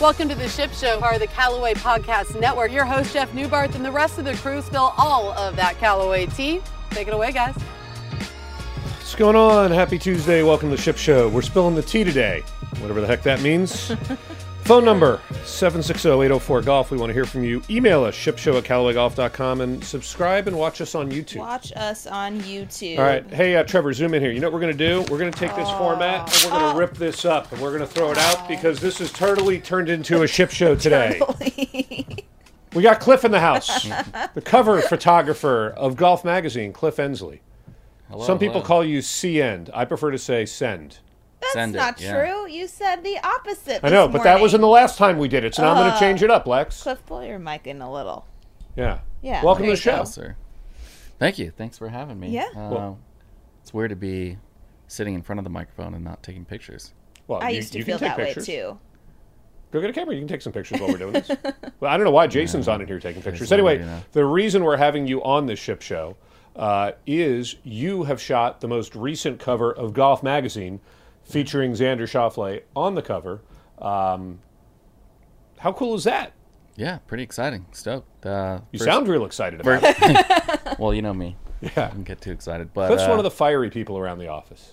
Welcome to the Ship Show, part of the Callaway Podcast Network. Your host, Jeff Newbarth, and the rest of the crew spill all of that Callaway tea. Take it away, guys. What's going on? Happy Tuesday. Welcome to the Ship Show. We're spilling the tea today, whatever the heck that means. Phone number 760-804-GOLF. We want to hear from you. Email us, shipshow at callawaygolf.com, and subscribe and watch us on YouTube. Watch us on YouTube. All right. Hey, uh, Trevor, zoom in here. You know what we're going to do? We're going to take this format and we're going to rip this up and we're going to throw it out because this is totally turned into a ship show today. we got Cliff in the house, the cover photographer of Golf Magazine, Cliff Ensley. Hello, Some people hello. call you C End. I prefer to say Send. That's Send it, not yeah. true. You said the opposite. I know, this but that morning. wasn't the last time we did it, so now I'm going to change it up, Lex. Cliff, pull your mic in a little. Yeah. Yeah, Welcome to there the you show. go. sir. Thank you. Thanks for having me. Yeah. Uh, Well- it's weird to be sitting in front of the microphone and not taking pictures. Well, I Oh, you- used to you can feel take that pictures. way too. Go get a camera. You can take some pictures while we're doing this. well, I don't know why Jason's on it here taking pictures. Anyway, already there. the reason we're having you on this ship show uh, is you have shot the most recent cover of Golf Magazine featuring Xander Schauffele on the cover. Um, how cool is that? Yeah, pretty exciting. Stoked. Uh, You first- sound real excited about it. well. You know me. Yeah. I don't get too excited, but That's uh, one of the fiery people around the office.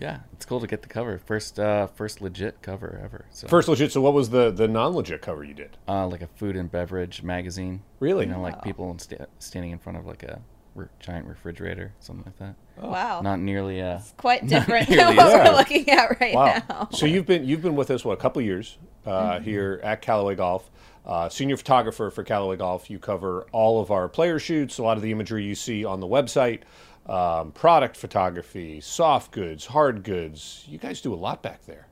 yeah, it's cool to get the cover. First, uh, first legit cover ever. So First legit, so what was the, the non legit cover you did? uh, like a food and beverage magazine. Really? You know, like people in sta- standing in front of like a re- giant refrigerator, something like that. Oh, Wow. Not nearly. Uh, it's quite different than nearly what as good. we're looking at right now. So you've been you've been with us what a couple of years uh, here at Callaway Golf, uh, senior photographer for Callaway Golf. You cover all of our player shoots, a lot of the imagery you see on the website, um, product photography, soft goods, hard goods. You guys do a lot back there.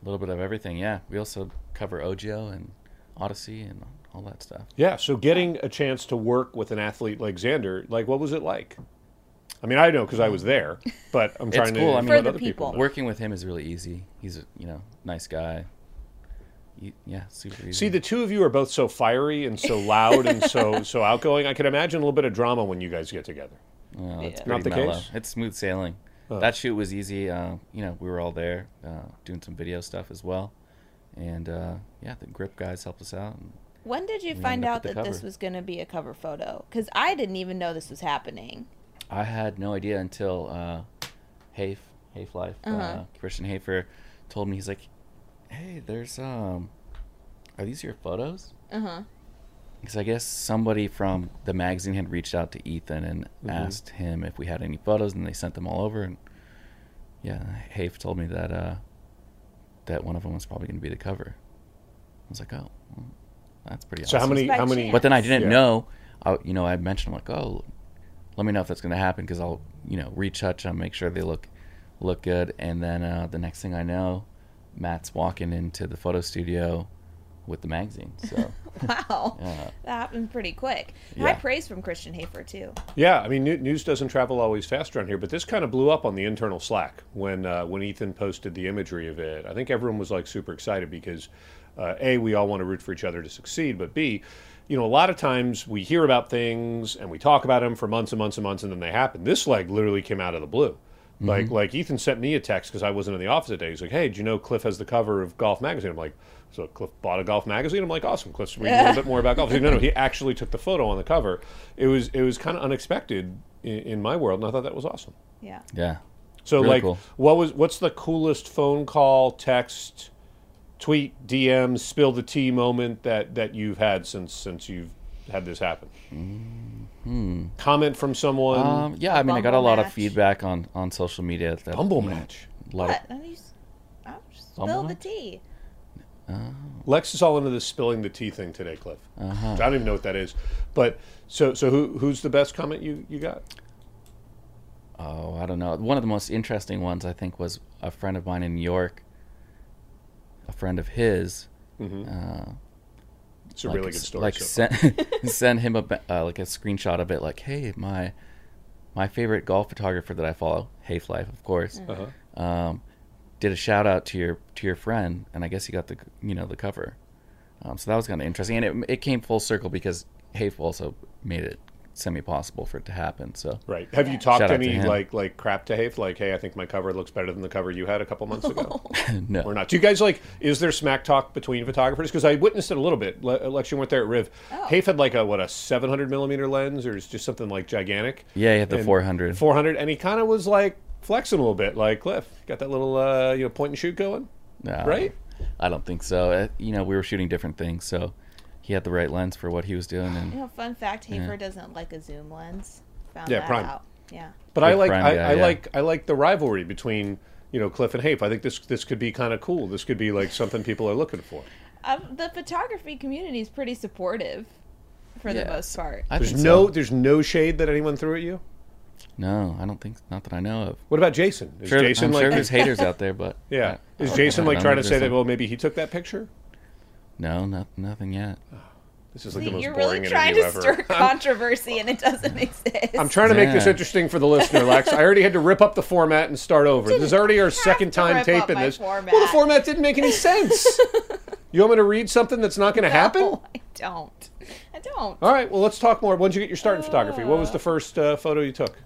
a little bit of everything. Yeah, we also cover OGO and Odyssey and all that stuff. Yeah. So getting a chance to work with an athlete like Xander, like what was it like? I mean, I know because I was there, but I'm trying cool. to I mean, let For the other people. people. know. Working with him is really easy. He's a you know nice guy. He- yeah, super easy. See, the two of you are both so fiery and so loud and so so outgoing. I can imagine a little bit of drama when you guys get together. No, it's Yeah. pretty Not the Oh. mellow. case? It's smooth sailing. That shoot was easy. Uh, you know, we were all there uh, doing some video stuff as well, and uh, yeah, the grip guys helped us out. And When did you We find ended up out with that the this cover. was going to be a cover photo? Because I didn't even know this was happening. I had no idea until uh, Hafe, Hafe Life, uh Christian Hafer told me he's like, "Hey, there's um, are these your photos?" Uh huh. Because I guess somebody from the magazine had reached out to Ethan and Mm-hmm. asked him if we had any photos, and they sent them all over. And yeah, Hafe told me that uh, that one of them was probably going to be the cover. I was like, oh, well, that's pretty. So how awesome. many? by How many? chance. But then I didn't Yeah. know. I, you know, I mentioned like, oh, let me know if that's going to happen because I'll, you know, retouch them, make sure they look look good, and then uh, the next thing I know, Matt's walking into the photo studio with the magazine. So Wow. uh, That happened pretty quick. High Yeah. praise from Christian Hafer, too. Yeah, I mean, new- news doesn't travel always fast around here, but this kind of blew up on the internal Slack when uh, when Ethan posted the imagery of it. I think everyone was like super excited because uh, a we all want to root for each other to succeed, but b you know a lot of times we hear about things and we talk about them for months and months and months, and then they happen. This like literally came out of the blue. Mm-hmm. Like like Ethan sent me a text because I wasn't in the office today. He's like, "Hey, do you know Cliff has the cover of Golf Magazine?" I'm like, "So Cliff bought a Golf Magazine?" I'm like, "Awesome, Cliff's reading a little bit more about golf." He's like, no, no, he actually took the photo on the cover. It was it was kind of unexpected in, in my world, and I thought that was awesome. Yeah. yeah, So Really like, cool. what was what's the coolest phone call, text, tweet, DM, spill the tea moment that that you've had since since you've had this happen? Comment from someone. Mm-hmm. um, yeah. I mean, I got a Bumble lot of match. feedback on on social media. That, Bumble you know, match. a lot of- What? Now you s- I'll just spill Someone? the tea. Lex is all into this spilling the tea thing today, Cliff. Uh-huh. I don't even know what that is, but so so who who's the best comment you you got? Oh, I don't know. One of the most interesting ones I think was a friend of mine in New York. A friend of his, It's a really good story. Like so far. send, send him a ba- uh, like a screenshot of it. Like, hey, my my favorite golf photographer that I follow, Hafe Life, of course, um, did a shout out to your to your friend, and I guess he got the you know the cover. Um, so that was kind of interesting, and it it came full circle because Hafe also made it semi possible for it to happen. So Right. Have you talked Shout out to any him. like like crap to Hafe? Like, hey, I think my cover looks better than the cover you had a couple months ago, no, or not? Do you guys like? Is there smack talk between photographers? Because I witnessed it a little bit. Le- Lex, you weren't there at Riv. Hafe had like a what a 700 millimeter lens, or is just something like gigantic. Yeah, he had the And 400. 400, and he kind of was like flexing a little bit, like Cliff got that little uh, you know point and shoot going, No, right? I don't think so. Uh, you know, we were shooting different things, so he had the right lens for what he was doing, You and know, fun fact: Hafer doesn't like a zoom lens. Found Yeah, that prime. out. Yeah. But I Big like prime I, guy, I yeah. like I like the rivalry between you know Cliff and Hafe. I think this this could be kind of cool. This could be like something people are looking for. Um, the photography community is pretty supportive, for Yeah. the most part. I There's think no so. there's no shade that anyone threw at you. no, I don't think, not that I know of. What about Jason? Is Sure, Jason I'm like sure there's haters out there, but yeah? I- I Is don't Jason know. I like don't trying to think say that there's well maybe he took that picture? a- No, not, nothing yet. This is like the most You're boring really trying to interview ever. stir controversy, and it doesn't exist. I'm trying to make this Yeah. interesting for the listener, Lex. I already had to rip up the format and start over. this is already our second to time rip up taping my this. format. Well, the format didn't make any sense. you want me to read something that's not going to happen? No, I don't. I don't. All right. Well, let's talk more. When did you get your start in photography? What was the first uh, photo you took?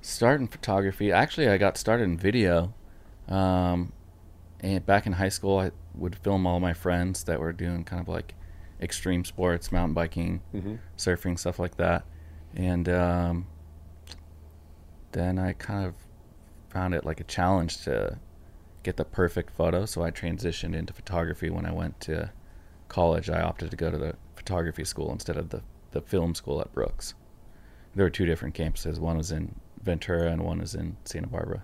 Starting photography. Actually, I got started in video. Um, and back in high school, I would film all my friends that were doing kind of like extreme sports, mountain biking, surfing, stuff like that. And um, then I kind of found it like a challenge to get the perfect photo. So I transitioned into photography when I went to college. I opted to go to the photography school instead of the, the film school at Brooks. There were two different campuses. One was in Ventura and one was in Santa Barbara.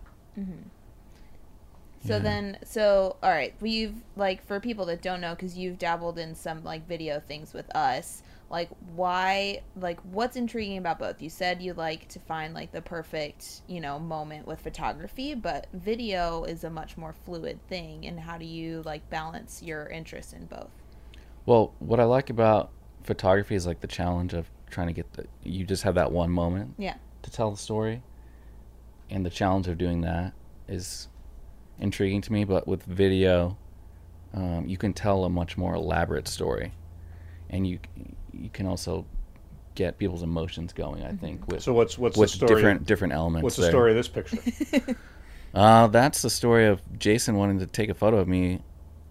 So then, so all right, we've like for people that don't know, because you've dabbled in some like video things with us. Like, why? Like, what's intriguing about both? You said you like to find like the perfect, you know, moment with photography, but video is a much more fluid thing. And how do you like balance your interest in both? Well, what I like about photography is like the challenge of trying to get the you just have that one moment Yeah, to tell the story. And the challenge of doing that is intriguing to me, but with video, um, you can tell a much more elaborate story. And you you can also get people's emotions going, I think, with So what's what's with the story? different different elements. what's the there. story of this picture? Uh, that's the story of Jason wanting to take a photo of me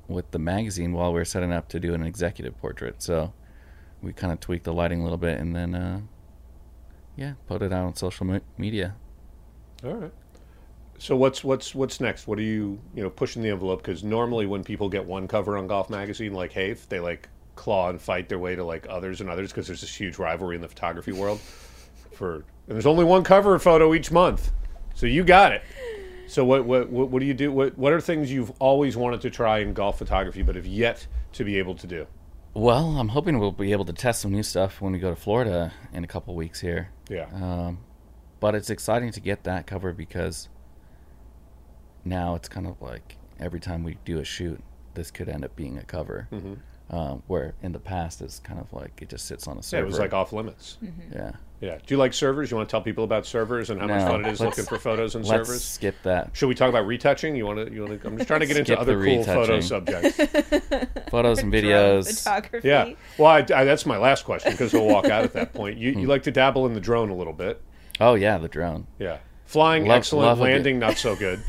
with the magazine while we were setting up to do an executive portrait. So we kind of tweaked the lighting a little bit and then, uh, yeah, put it out on social me- media. All right. So what's what's what's next? What are you you know pushing the envelope? Because normally when people get one cover on Golf Magazine, like Hafe, they like claw and fight their way to like others and others because there's this huge rivalry in the photography world. For and there's only one cover photo each month, so you got it. So what what what, what do you do? What what are things you've always wanted to try in golf photography but have yet to be able to do? Well, I'm hoping we'll be able to test some new stuff when we go to Florida in a couple weeks here. Yeah. But it's exciting to get that cover because now it's kind of like every time we do a shoot, this could end up being a cover. Mm-hmm. Um, where in the past it's kind of like it just sits on a yeah, server. it was like off limits. yeah. Yeah. Do you like servers? You want to tell people about servers and how much No. fun it is Let's- looking for photos and Let's servers? skip that. Should we talk about retouching? You want to? You want to? I'm just trying to get into Skip other the cool photo retouching. subjects. Photos and Drone videos. photography. Yeah. Well, I, I- that's my last question because we'll walk out at that point. You, Hmm. you like to dabble in the drone a little bit. Oh yeah, the drone. Yeah. Flying, Love- excellent. love a good- Landing, not so good.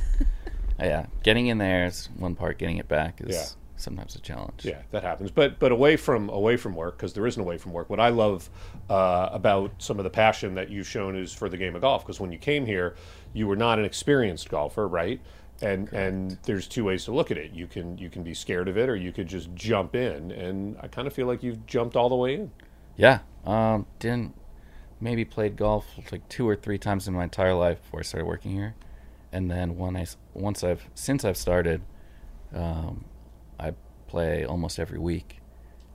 Oh, yeah, getting in there is one part. Getting it back is Yeah. sometimes a challenge. Yeah, that happens. But but away from away from work because there isn't away from work. What I love uh, about some of the passion that you've shown is for the game of golf. Because when you came here, you were not an experienced golfer, right? And and there's two ways to look at it. You can you can be scared of it, or you could just jump in. And I kind of feel like you've jumped all the way in. Yeah. Um, didn't maybe played golf like two or three times in my entire life before I started working here, and then when I s- once I've since I've started, um, I play almost every week,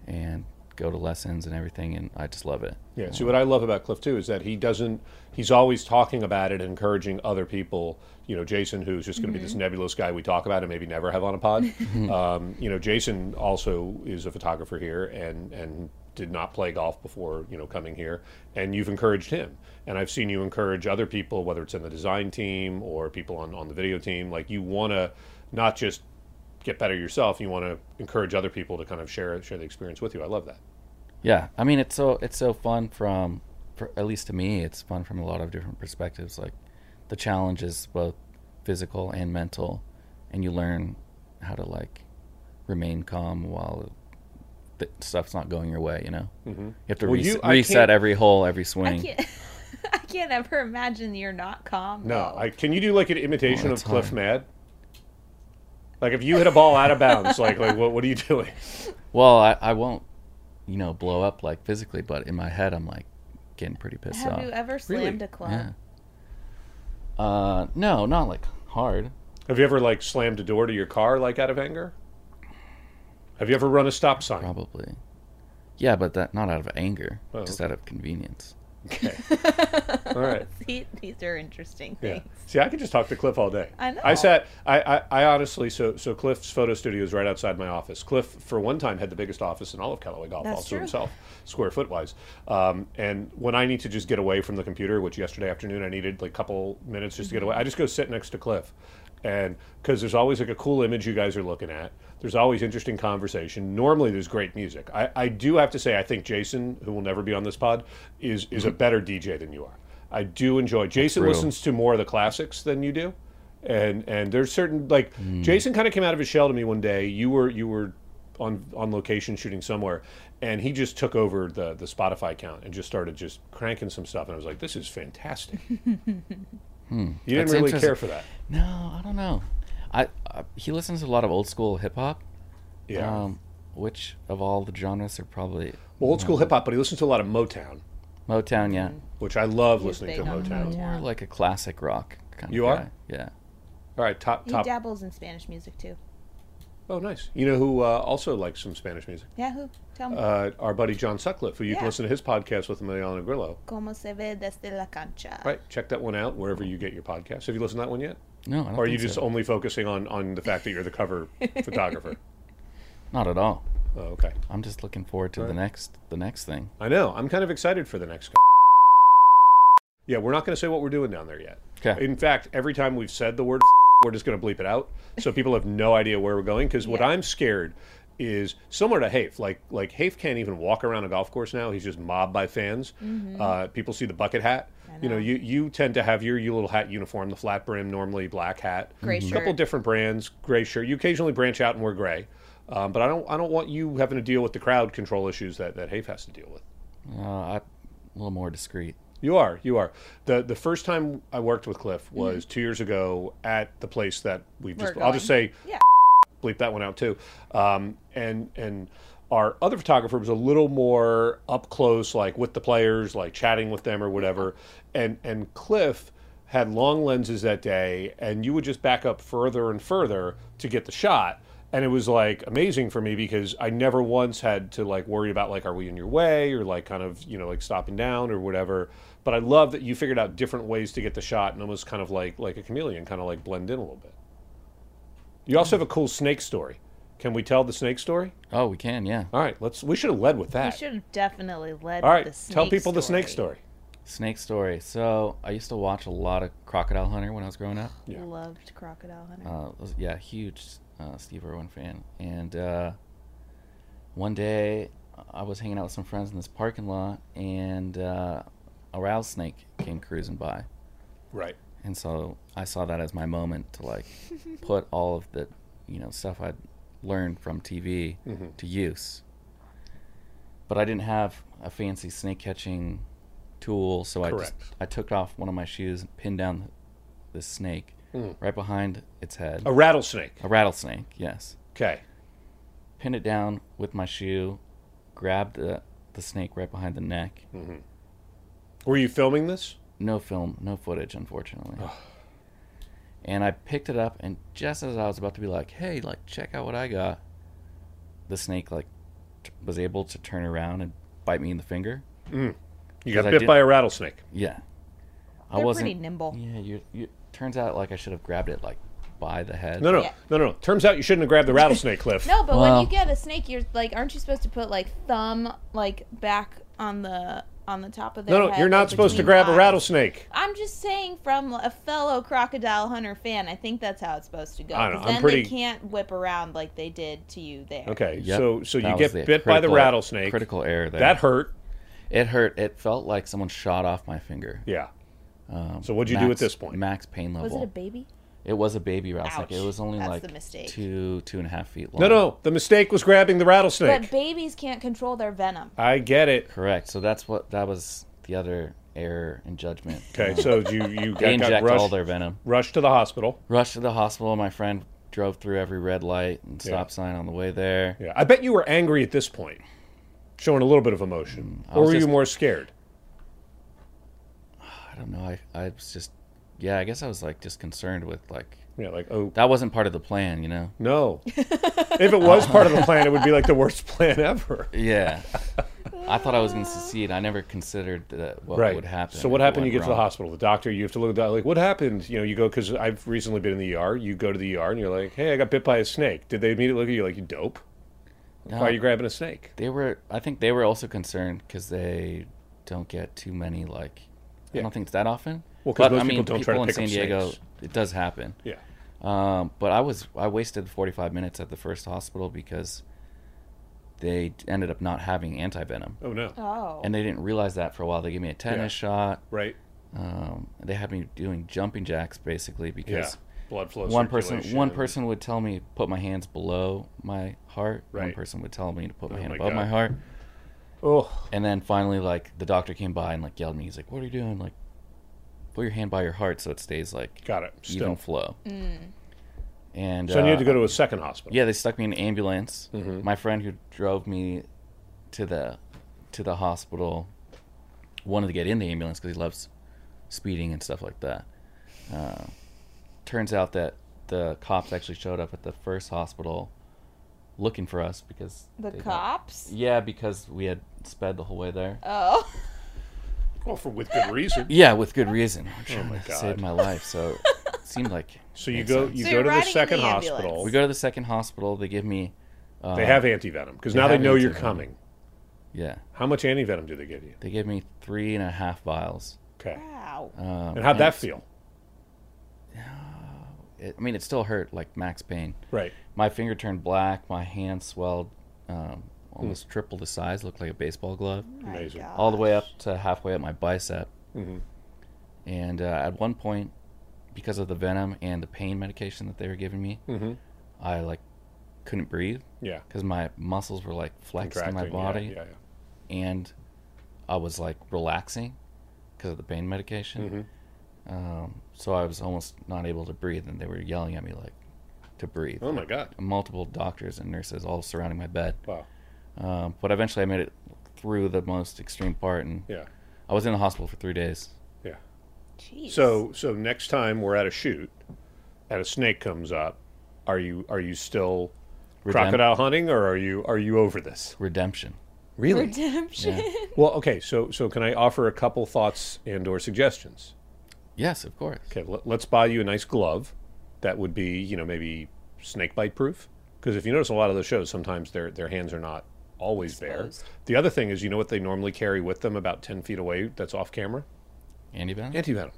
and go to lessons and everything, and I just love it. Yeah. See, what I love about Cliff too is that he doesn't. He's always talking about it, encouraging other people. You know, Jason, who's just going to be this nebulous guy we talk about and maybe never have on a pod. um, you know, Jason also is a photographer here and and did not play golf before you know coming here, and you've encouraged him. And I've seen you encourage other people, whether it's in the design team or people on on the video team. Like you want to not just get better yourself, you want to encourage other people to kind of share share the experience with you. I love that. Yeah, I mean it's so it's so fun from for, at least to me, it's fun from a lot of different perspectives. Like the challenge is both physical and mental, and you learn how to like remain calm while the stuff's not going your way. You know, you have to Mm-hmm. Well, res- you- I reset can't- every hole, every I swing. can't. I can't ever imagine you're not calm. No, though. I, can you do like an imitation All the of Cliff time. Mad? Like if you hit a ball out of bounds, like like what what are you doing? Well, I, I won't, you know, blow up like physically, but in my head, I'm like getting pretty pissed Have off. you ever slammed a club? yeah. Uh, no, not like hard. Have you ever like slammed a door to your car like out of anger? Have you ever run a stop sign? Probably. Yeah, but that not out of anger, Oh, just okay. out of convenience. Okay. All right. See, these are interesting Yeah. things. See, I could just talk to Cliff all day. I know. I sat. I, I, I honestly. So so Cliff's photo studio is right outside my office. Cliff, for one time, had the biggest office in all of Callaway Golf, That's all to true. himself, square foot wise. Um, and when I need to just get away from the computer, which yesterday afternoon I needed like a couple minutes just to get Mm-hmm. away, I just go sit next to Cliff, and because there's always like a cool image you guys are looking at. There's always interesting conversation. Normally, there's great music. I, I do have to say, I think Jason, who will never be on this pod, is is a Mm-hmm. better DJ than you are. I do enjoy. Jason real. listens to more of the classics than you do, and and there's certain like Hmm. Jason kind of came out of his shell to me one day. You were you were on on location shooting somewhere, and he just took over the the Spotify account and just started just cranking some stuff, and I was like, this is fantastic. You didn't Hmm. That's really interesting. care for that, No, I don't know. I, I he listens to a lot of old school hip hop. yeah. Um, which of all the genres are probably well, old school hip hop, but he listens to a lot of Motown, Motown? Yeah, which I love He's listening to big on Motown. Motown. more like a classic rock kind You of. are? guy. Yeah. All right, top He top. dabbles in Spanish music too. Oh, nice. You know who uh, also likes some Spanish music? Yeah, who? Tell me. Uh, our buddy John Sutcliffe, who you can Yeah. listen to his podcast with Emiliano Grillo. Como se ve desde la cancha. Right. Check that one out wherever you get your podcast. Have you listened to that one yet? No, I don't Or are you think just so. only focusing on, on the fact that you're the cover photographer? not at all. Oh, okay. I'm just looking forward to the Alright. next the next thing. I know. I'm kind of excited for the next. c- Yeah, we're not going to say what we're doing down there yet. 'Kay. In fact, every time we've said the word, we're just going to bleep it out, so people have no idea where we're going. Because what Yeah. I'm scared is similar to Hafe. Like like Hafe can't even walk around a golf course now. He's just mobbed by fans. Uh, people see the bucket hat. You know, Mm-hmm. know. you you tend to have your, your little hat uniform, the flat brim, normally black hat. Gray A couple shirt. different brands, gray shirt. You occasionally branch out and wear gray, um, but I don't. I don't want you having to deal with the crowd control issues that that Hafe has to deal with. Uh, I, a little more discreet. You are. You are. the The first time I worked with Cliff was two years ago at the place that we've We're just. I'll just say Yeah. bleep that one out too. Um, and and our other photographer was a little more up close, like with the players, like chatting with them or whatever. And and Cliff had long lenses that day, and you would just back up further and further to get the shot. And it was like amazing for me because I never once had to like worry about like are we in your way or like kind of you know like stopping down or whatever. But I love that you figured out different ways to get the shot and almost kind of like like a chameleon, kind of like blend in a little bit. You also have a cool snake story. Can we tell the snake story? Oh, we can, yeah. All right, let's. We should have led with You that. should have definitely led All right, with the snake tell people the snake story. Snake story. So I used to watch a lot of Crocodile Hunter when I was growing up. Yeah. Loved Crocodile Hunter. uh, was, yeah, huge uh, Steve Irwin fan. And uh, one day, I was hanging out with some friends in this parking lot, and uh, a rattlesnake came cruising by, Right. and so I saw that as my moment to like put all of the, you know, stuff I'd learned from TV to use. But I didn't have a fancy snake catching tool, so I just Correct. I took off one of my shoes and pinned down this snake right behind its head. A rattlesnake. A rattlesnake, yes. Okay. Pinned it down with my shoe, grabbed the, the snake right behind the neck. Hmm. Were you filming this? No film, no footage, unfortunately. and I picked it up, and just as I was about to be like, hey, like, check out what I got, the snake, like, t- was able to turn around and bite me in the finger. You got 'Cause I bit did- by a rattlesnake. Yeah. I They're wasn't. pretty nimble. Yeah, you, you. Turns out, like, I should have grabbed it, like, by the head. No, no, Yeah. no, no, no. Turns out you shouldn't have grabbed the rattlesnake, Cliff. No, but when Wow. you get a snake, you're like, aren't you supposed to put like thumb like back on the on the top of their no, no. head, You're like, not supposed to between grab a eyes? rattlesnake. I'm just saying, from a fellow crocodile hunter fan, I think that's how it's supposed to go. I don't know, 'cause I'm then pretty- they can't whip around like they did to you there. Okay. Yep, So, so you that get was bit by the critical- rattlesnake. Critical error there. That hurt. It hurt. It felt like someone shot off my finger. Yeah. Um, so what'd you do at Max- this point? Max pain level. Was it a baby? It was a baby rattlesnake. Ouch. It was only That's the like mistake. two, two and a half feet long. No, no. The mistake was grabbing the rattlesnake. But babies can't control their venom. I get it. Correct. So that's what that was the other error in judgment. Okay, so you you They got, got inject all rushed, their venom. rushed to the hospital. Rushed to the hospital. My friend drove through every red light and Yeah. stop sign on the way there. Yeah, I bet you were angry at this point, showing a little bit of emotion, Mm, I or was were you just- more scared? I don't know. I, I was just, yeah, I guess I was like just concerned with like, Yeah, like oh that wasn't part of the plan, you know? no. if it was part of the plan, it would be like the worst plan ever. Yeah. I thought I was going to succeed. I never considered that what would happen. So what if it happened? You went get to the wrong. hospital. The doctor, you have to look at that. Like, what happened? You know, you go because I've recently been in the ER. You go to the ER and you're like, hey, I got bit by a snake. Did they immediately look at you like you dope? No. Why are you grabbing a snake? They were, I think they were also concerned because they don't get too many, like, I don't think it's that often. Well, 'cause But, most I mean, people don't try to people in pick up San Diego, snakes. it does happen. Yeah. Um, but I was, I wasted 45 minutes at the first hospital because they ended up not having antivenom. Oh no. Oh. And they didn't realize that for a while. They gave me a tennis shot. Right. Um, they had me doing jumping jacks basically Yeah. because Blood flow. one person one circulation. person would tell me put my hands below my heart. One Right. person would tell me to put my hand my above God. my heart. Oh. And then finally, like the doctor came by and like yelled at me. He's like, "What are you doing? Like, put your hand by your heart so it stays like Got it. even Still. flow." Mm. And So you had to uh, go Mm-hmm. to a second hospital. yeah, they stuck me in an ambulance. My friend who drove me to the to the hospital wanted to get in the ambulance because he loves speeding and stuff like that. Uh, turns out that the cops actually showed up at the first hospital looking for us because the they got- cops? Yeah, because we had sped the whole way there. Oh. Well, for with good reason. Yeah, with good reason. I'm trying Oh my to God. save my life, so it seemed like. So you makes go sense. you So go you're to the riding in second the ambulance. hospital. We go to the second hospital. They give me. Uh, They have antivenom because they now they have know you're antivenom. coming. Yeah, How much antivenom do they give you? they gave me three and a half vials. Okay. Wow. Um, And how'd that it's- feel? It, I mean, it still hurt like max pain. Right. My finger turned black. My hand swelled, um, Hmm. almost triple the size. Looked like a baseball glove. My Amazing. God. All the way up to halfway up my bicep. Mm-hmm. And uh, at one point, because of the venom and the pain medication that they were giving me, Mm-hmm. I like couldn't breathe. Yeah. because my muscles were like flexed in my Contracting, yeah, body Yeah, yeah, and i was like relaxing because of the pain medication Mm-hmm. um, so i was almost not able to breathe and they were yelling at me like to breathe Oh my God. multiple doctors and nurses all surrounding my bed Wow. um, but eventually i made it through the most extreme part and Yeah. i was in the hospital for three days Yeah. Jeez. So so next time we're at a shoot, and a snake comes up, are you are you still Redemp- crocodile hunting or are you are you over this? redemption Really? redemption. well, okay. So so can I offer a couple thoughts and or suggestions? yes of course Okay, let, let's buy you a nice glove. That would be, you know, maybe snake bite proof. Because if you notice, a lot of those shows sometimes their their hands are not always Exposed. bare. The other thing is, you know what they normally carry with them about ten feet away? That's off camera. andy Bennett? Antivenom.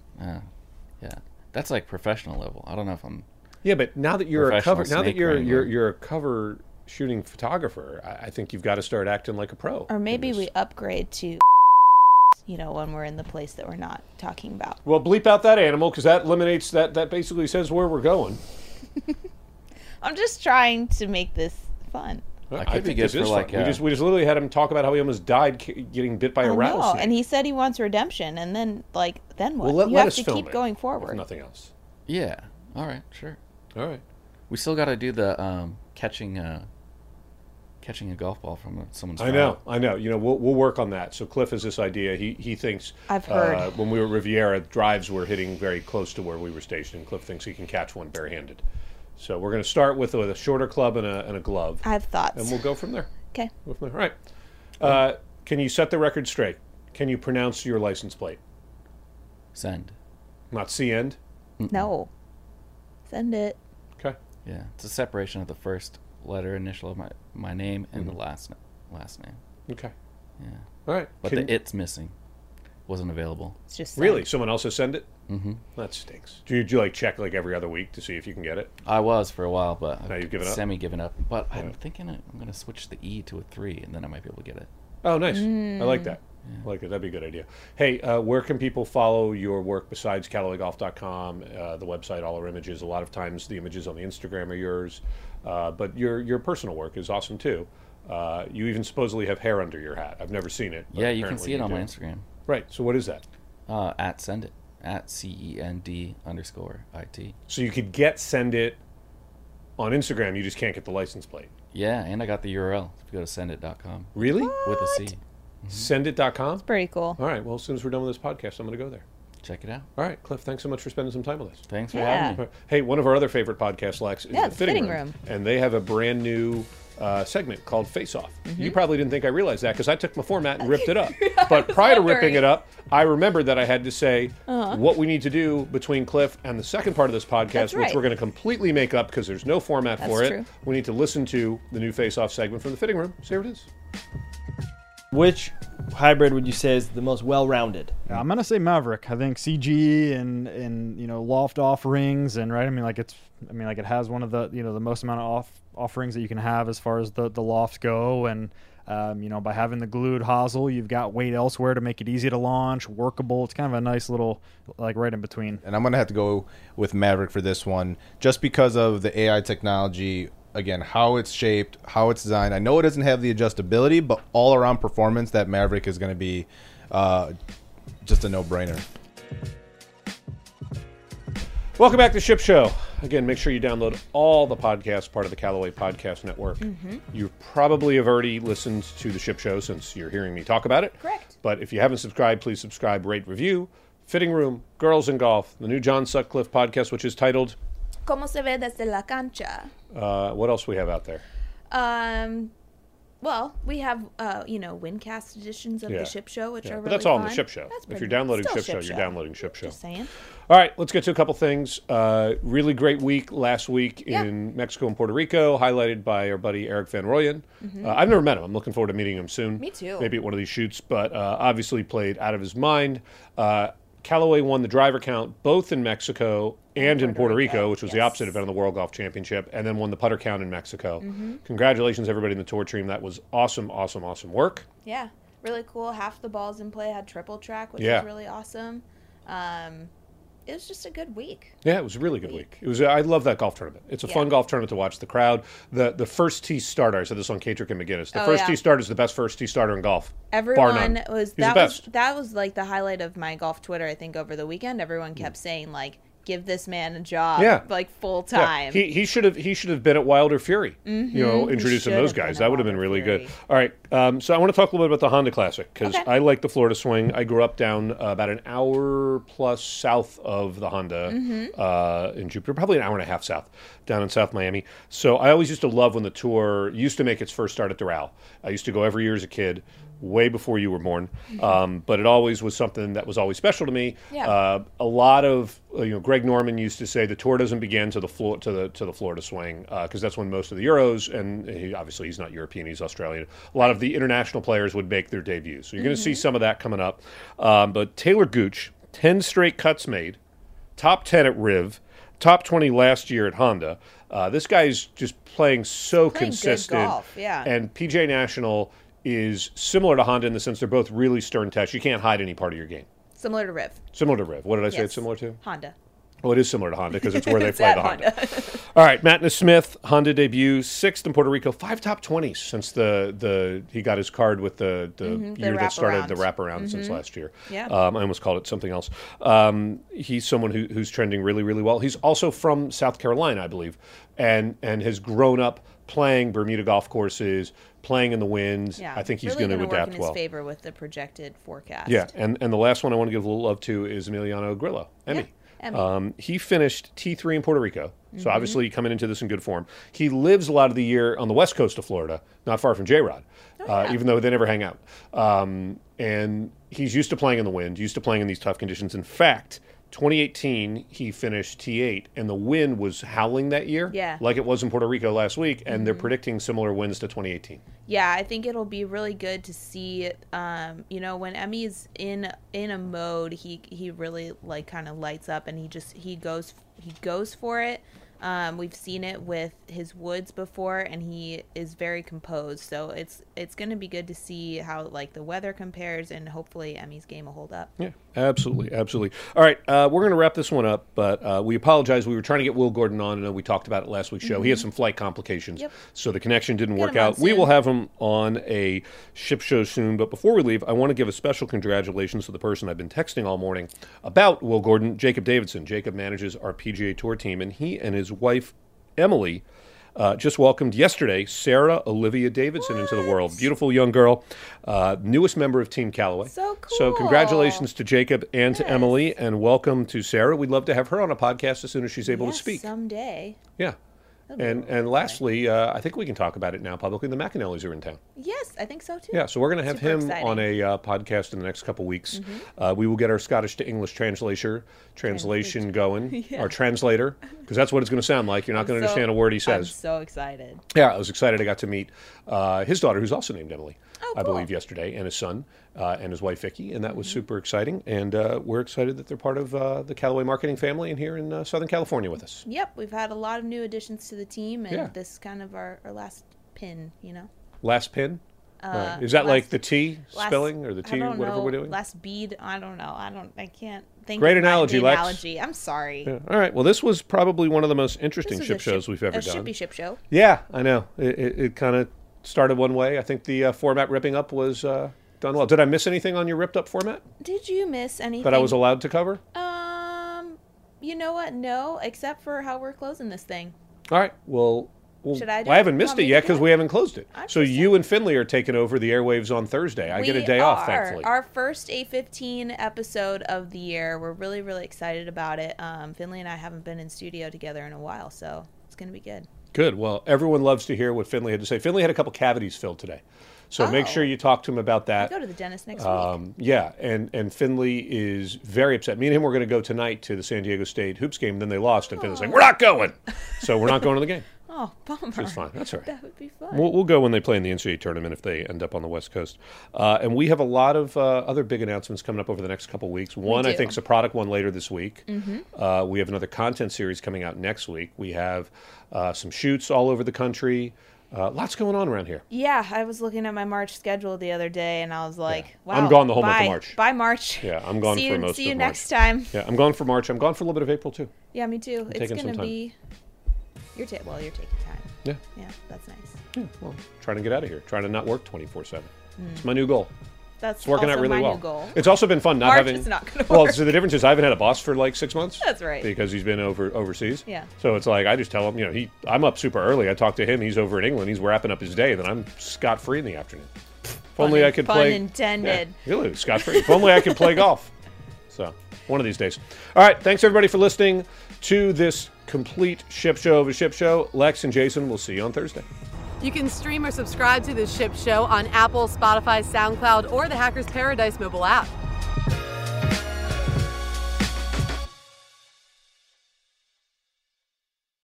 yeah that's like professional level i don't know if i'm Yeah, but now that you're a Professional cover, now that snake you're you're wrangler. you're a cover shooting photographer, I, I think you've got to start acting like a pro. Or in maybe this. we upgrade to, you know, when we're in the place that we're not talking about. Well, bleep out that animal because that eliminates that. That basically says where we're going. I'm just trying to make this fun. I could be good this for, is like, uh, fun. we a- just we just literally had him talk about how he almost died ca- getting bit by a I know, rattlesnake. and he said he wants redemption, and then like then what? Well, let, you let have us to film keep it, going if forward. nothing else. yeah all right sure All right. We still got to do the um, catching a catching a golf ball from someone's. I know, I know. You know, we'll, we'll work on that. So Cliff has this idea. He he thinks I've heard. Uh, when we were at Riviera, drives were hitting very close to where we were stationed. Cliff thinks he can catch one barehanded. So we're going to start with, with a shorter club and a, and a glove, I have thoughts. and we'll go from there. okay, Go from there. All right. Uh, can you set the record straight? Can you pronounce your license plate? Send. Not C end. no, send it. Okay. Yeah, it's a separation of the first letter initial of my my name and Mm-hmm. the last na- last name, Okay. Yeah. All right. but Can- the it's missing, wasn't available. It's just send. really, someone else has sent it. Mm-hmm. That stinks. Do you, do you like check like every other week to see if you can get it? I was for a while, but Now I've you've given up? semi given up. But I'm thinking I- I'm gonna switch the E to a three, and then I might be able to get it. Oh, nice. I like that. Mm. I like it. That'd be a good idea. Hey, uh, where can people follow your work besides CallawayGolf.com, uh, the website, all our images? A lot of times the images on the Instagram are yours, uh, but your your personal work is awesome too. Uh, you even supposedly have hair under your hat. I've never seen it. but yeah, you can apparently see it on do. my Instagram. Right. So what is that? Uh, at send it at c e n d underscore i t. So you could get send it on Instagram. You just can't get the license plate. Yeah, and I got the URL. If you go to sendit.com Really? with a C, Sendit.com. Pretty cool. All right. Well, as soon as we're done with this podcast, I'm going to go there. check it out. All right, Cliff. Thanks so much for spending some time with us. Thanks for Yeah. having me. Hey, one of our other favorite podcasts, Lex, is Yeah, the Fitting, room. and they have a brand new uh, segment called Face Off. Mm-hmm. You probably didn't think I realized that because I took my format and ripped it up. But prior to ripping wondering. Uh-huh. it up, I remembered that I had to say what we need to do between Cliff and the second part of this podcast, That's which right. we're going to completely make up because there's no format for it. true. We need to listen to the new Face Off segment from the Fitting Room. So here it is. Which hybrid would you say is the most well-rounded? I'm gonna say Maverick. I think CG and and you know loft off rings and right. I mean like it's I mean like it has one of the you know the most amount of off offerings that you can have as far as the the lofts go and. Um, you know, by having the glued hosel, you've got weight elsewhere to make it easy to launch, workable. It's kind of a nice little, like right in between. and I'm gonna have to go with Maverick for this one, just because of the AI technology. Again, how it's shaped, how it's designed. I know it doesn't have the adjustability, but all around performance, that Maverick is gonna be uh, just a no-brainer. Welcome back to Ship Show. Again, make sure you download all the podcasts, part of the Callaway Podcast Network. Mm-hmm. You probably have already listened to the Ship Show since you're hearing me talk about it. Correct. But if you haven't subscribed, please subscribe, rate, review. Fitting Room, Girls in Golf, the new John Sutcliffe podcast, which is titled, Como se ve desde la cancha. uh, what else we have out there? Um, well, we have uh, you know Wincast editions of Yeah. the Ship Show, which Yeah, are but really that's all in fun. the Ship Show. That's if pretty- you're downloading still Ship Show, you're downloading Ship Show. Just saying. All right, let's get to a couple things. Uh, really great week last week Yeah. in Mexico and Puerto Rico, highlighted by our buddy Eric Van Royen. Uh, I've never met him. I'm looking forward to meeting him soon. Mm-hmm. Me too. Maybe at one of these shoots, but uh, obviously played out of his mind. Uh, Callaway won the driver count both in Mexico and in Puerto Rico, which was the yes. opposite event of the World Golf Championship, and then won the putter count in Mexico. Mm-hmm. Congratulations, everybody in the tour team. That was awesome, awesome, awesome work. Yeah, really cool. Half the balls in play had triple track, which Yeah. was really awesome. Um, it was just a good week. Yeah, it was a really good week. It was. I love that golf tournament. It's a Yeah. fun golf tournament to watch. The crowd, the the first tee starter. I said this on Katrick and McGinnis. The Oh, first yeah. tee starter is the best first tee starter in golf. bar none. Everyone was He's the that was best. that was like the highlight of my golf Twitter. I think over the weekend, everyone kept saying like, "Give this man a job, Hmm. Yeah. like full Yeah, time." Mm-hmm. He, he should have he should have been at Wilder Fury. You know, introducing should those have been guys. at That would have been Wilder really Fury. good. All right. Um, so I want to talk a little bit about the Honda Classic because Okay. I like the Florida swing. I grew up down uh, about an hour plus south of the Honda Mm-hmm. uh, in Jupiter, probably an hour and a half south, down in South Miami. So I always used to love when the tour used to make its first start at Doral. I used to go every year as a kid. Way before you were born, um, but it always was something that was always special to me. Mm-hmm. Yeah. Uh, a lot of uh, you know, Greg Norman used to say the tour doesn't begin to the floor to the to the Florida swing because that's when most of the Euros and he, obviously he's not European, he's Australian. A lot of the international players would make their debuts, so you're going to see Mm-hmm. some of that coming up. Um, but Taylor Gooch, ten straight cuts made, top ten at Riv, top twenty last year at Honda. Uh, this guy's just playing so Playing good consistent golf, yeah. and PJ National is similar to Honda in the sense they're both really stern touch. You can't hide any part of your game. Similar to Riv Similar to Riv. What did I say Yes. it's similar to? Honda. Oh, it is similar to Honda because it's where they It's play at the Honda. All right, Matt Smith, Honda debut, sixth in Puerto Rico, five top twenties since the the he got his card with the the Mm-hmm, the year that started the wraparound. wraparound since last year. Yeah. um, I almost called it something else. Um, he's someone who, who's trending really really well. He's also from South Carolina, I believe, and and has grown up playing Bermuda golf courses, playing in the winds. Yeah, I think he's really going to gonna adapt work in well. His favor with the projected forecast. Yeah, and, and the last one I want to give a little love to is Emiliano Grillo, Emmy. Emmy. Mm-hmm. Um, he finished T3 in Puerto Rico, so obviously coming into this in good form. He lives a lot of the year on the west coast of Florida, not far from J Rod, Oh, uh, even though they never hang out. Um, and he's used to playing in the wind, used to playing in these tough conditions. In fact, 2018, he finished T8, and the wind was howling that year, Yeah. Mm-hmm. like it was in Puerto Rico last week, and they're predicting similar winds to 2018. yeah i think it'll be really good to see um you know when emmy's in in a mode he he really like kind of lights up and he just he goes he goes for it Um, we've seen it with his woods before, and he is very composed. So it's it's going to be good to see how like the weather compares, and hopefully Emmy's game will hold up. Yeah, absolutely, absolutely. All right, uh, we're going to wrap this one up, but uh, we apologize. We were trying to get Will Gordon on. I know we talked about it last week's show. He had some flight complications, Mm-hmm. Yep. so the connection didn't Get work him on out. We soon. will have him on a ship show soon. But before we leave, I want to give a special congratulations to the person I've been texting all morning about Will Gordon, Jacob Davidson. Jacob manages our PGA Tour team, and he and his wife Emily. Uh, just welcomed yesterday Sarah Olivia Davidson into the world. Beautiful young girl, uh, newest member of Team Callaway. So So, cool. congratulations to Jacob and to Emily, and welcome to Sarah. We'd love to have her on a podcast as soon as she's able Yes, Oh, to speak. someday. yeah. And and lastly, uh, I think we can talk about it now publicly. The McAnallys are in town. Yes, I think so too. Yeah, so we're going to have Super him exciting. Mm-hmm. on a uh, podcast in the next couple weeks. Uh, we will get our Scottish to English translator translation going, our translator, because that's what it's going to sound like. You're not going to So- understand a word he I'm says. so excited. Yeah, I was excited. I got to meet uh, his daughter, who's also named Emily, Oh, I cool. Mm-hmm. believe, yesterday, and his son uh, and his wife Vicky, and that was super exciting. And uh, we're excited that they're part of uh, the Callaway marketing family and here in uh, Southern California with us. Yep, we've had a lot of new additions to the team, and Yeah. this is kind of our, our last pin, you know. Last pin. Right. Is that like Uh, last- the T Last- spelling or the I T, don't whatever know, we're doing? Last bead. I don't know. I don't. I can't think. Great of my- analogy, the Lex. Analogy. I'm sorry. Yeah. All right. Well, this was probably one of the most This interesting was a ship shows we've ever a done. Shippy ship show. Yeah, I know. It, it, it kind of started one way. I think the uh, format ripping up was uh, done well. Did I miss anything on your ripped up format Did you miss anything? that I was allowed to cover? Um, you know what? No, except for how we're closing this thing. All right. Well, well, Should I do well, I haven't it? missed Want it me to yet do because it? we haven't closed it. I'm so just you and Finley are taking over the airwaves on Thursday. I get a We day off, are. thankfully. Our first A15 episode of the year. We're really, really excited about it. Um, Finley and I haven't been in studio together in a while, so it's gonna be good. Good. Well, everyone loves to hear what Finley had to say. Finley had a couple cavities filled today, so make Oh. sure you talk to him about that. I go to the dentist next week. Uh, Um, yeah, and and Finley is very upset. Me and him were going to go tonight to the San Diego State hoops game. Then they lost, and Finley's like, "We're not going." So we're not going to the game. Oh, bummer. It's fine. That's all right. That would be fun. We'll, we'll go when they play in the NCAA tournament if they end up on the West Coast. Uh, and we have a lot of uh, other big announcements coming up over the next couple weeks. One, I do. think, is a product one later this week. Uh, we have another content series coming out next week. We have uh, some shoots all over the country. Uh, lots going on around here. Yeah, I was looking at my March schedule the other day, and I was like, "Wow, I'm gone the whole bye, month of March. Bye, March. Yeah, I'm gone see for you, most See of you March. next time. Yeah, I'm gone for March. I'm gone for a little bit of April, too. Yeah, me too. it's taking some gonna time. be your ta- well, you're taking time. Yeah, Yeah, that's nice. yeah. Well, trying to get out of here, trying to not work 24 7. It's my new goal. That's It's working also out really my well. new goal. It's also been fun not March having. is not gonna well, work. so the difference is I haven't had a boss for like six months. That's right. Because he's been over overseas. Yeah. So it's like I just tell him, you know, he I'm up super early. I talk to him. He's over in England. He's wrapping up his day. Then I'm scot free in the afternoon. If only I could pun play. intended. Yeah, really, scot free. if only I could play golf. So one of these days. All right. Thanks everybody for listening to this complete ship show of a ship show. Lex and Jason, we'll see you on Thursday. You can stream or subscribe to The Ship Show on Apple, Spotify, SoundCloud, or the Hackers Paradise mobile app.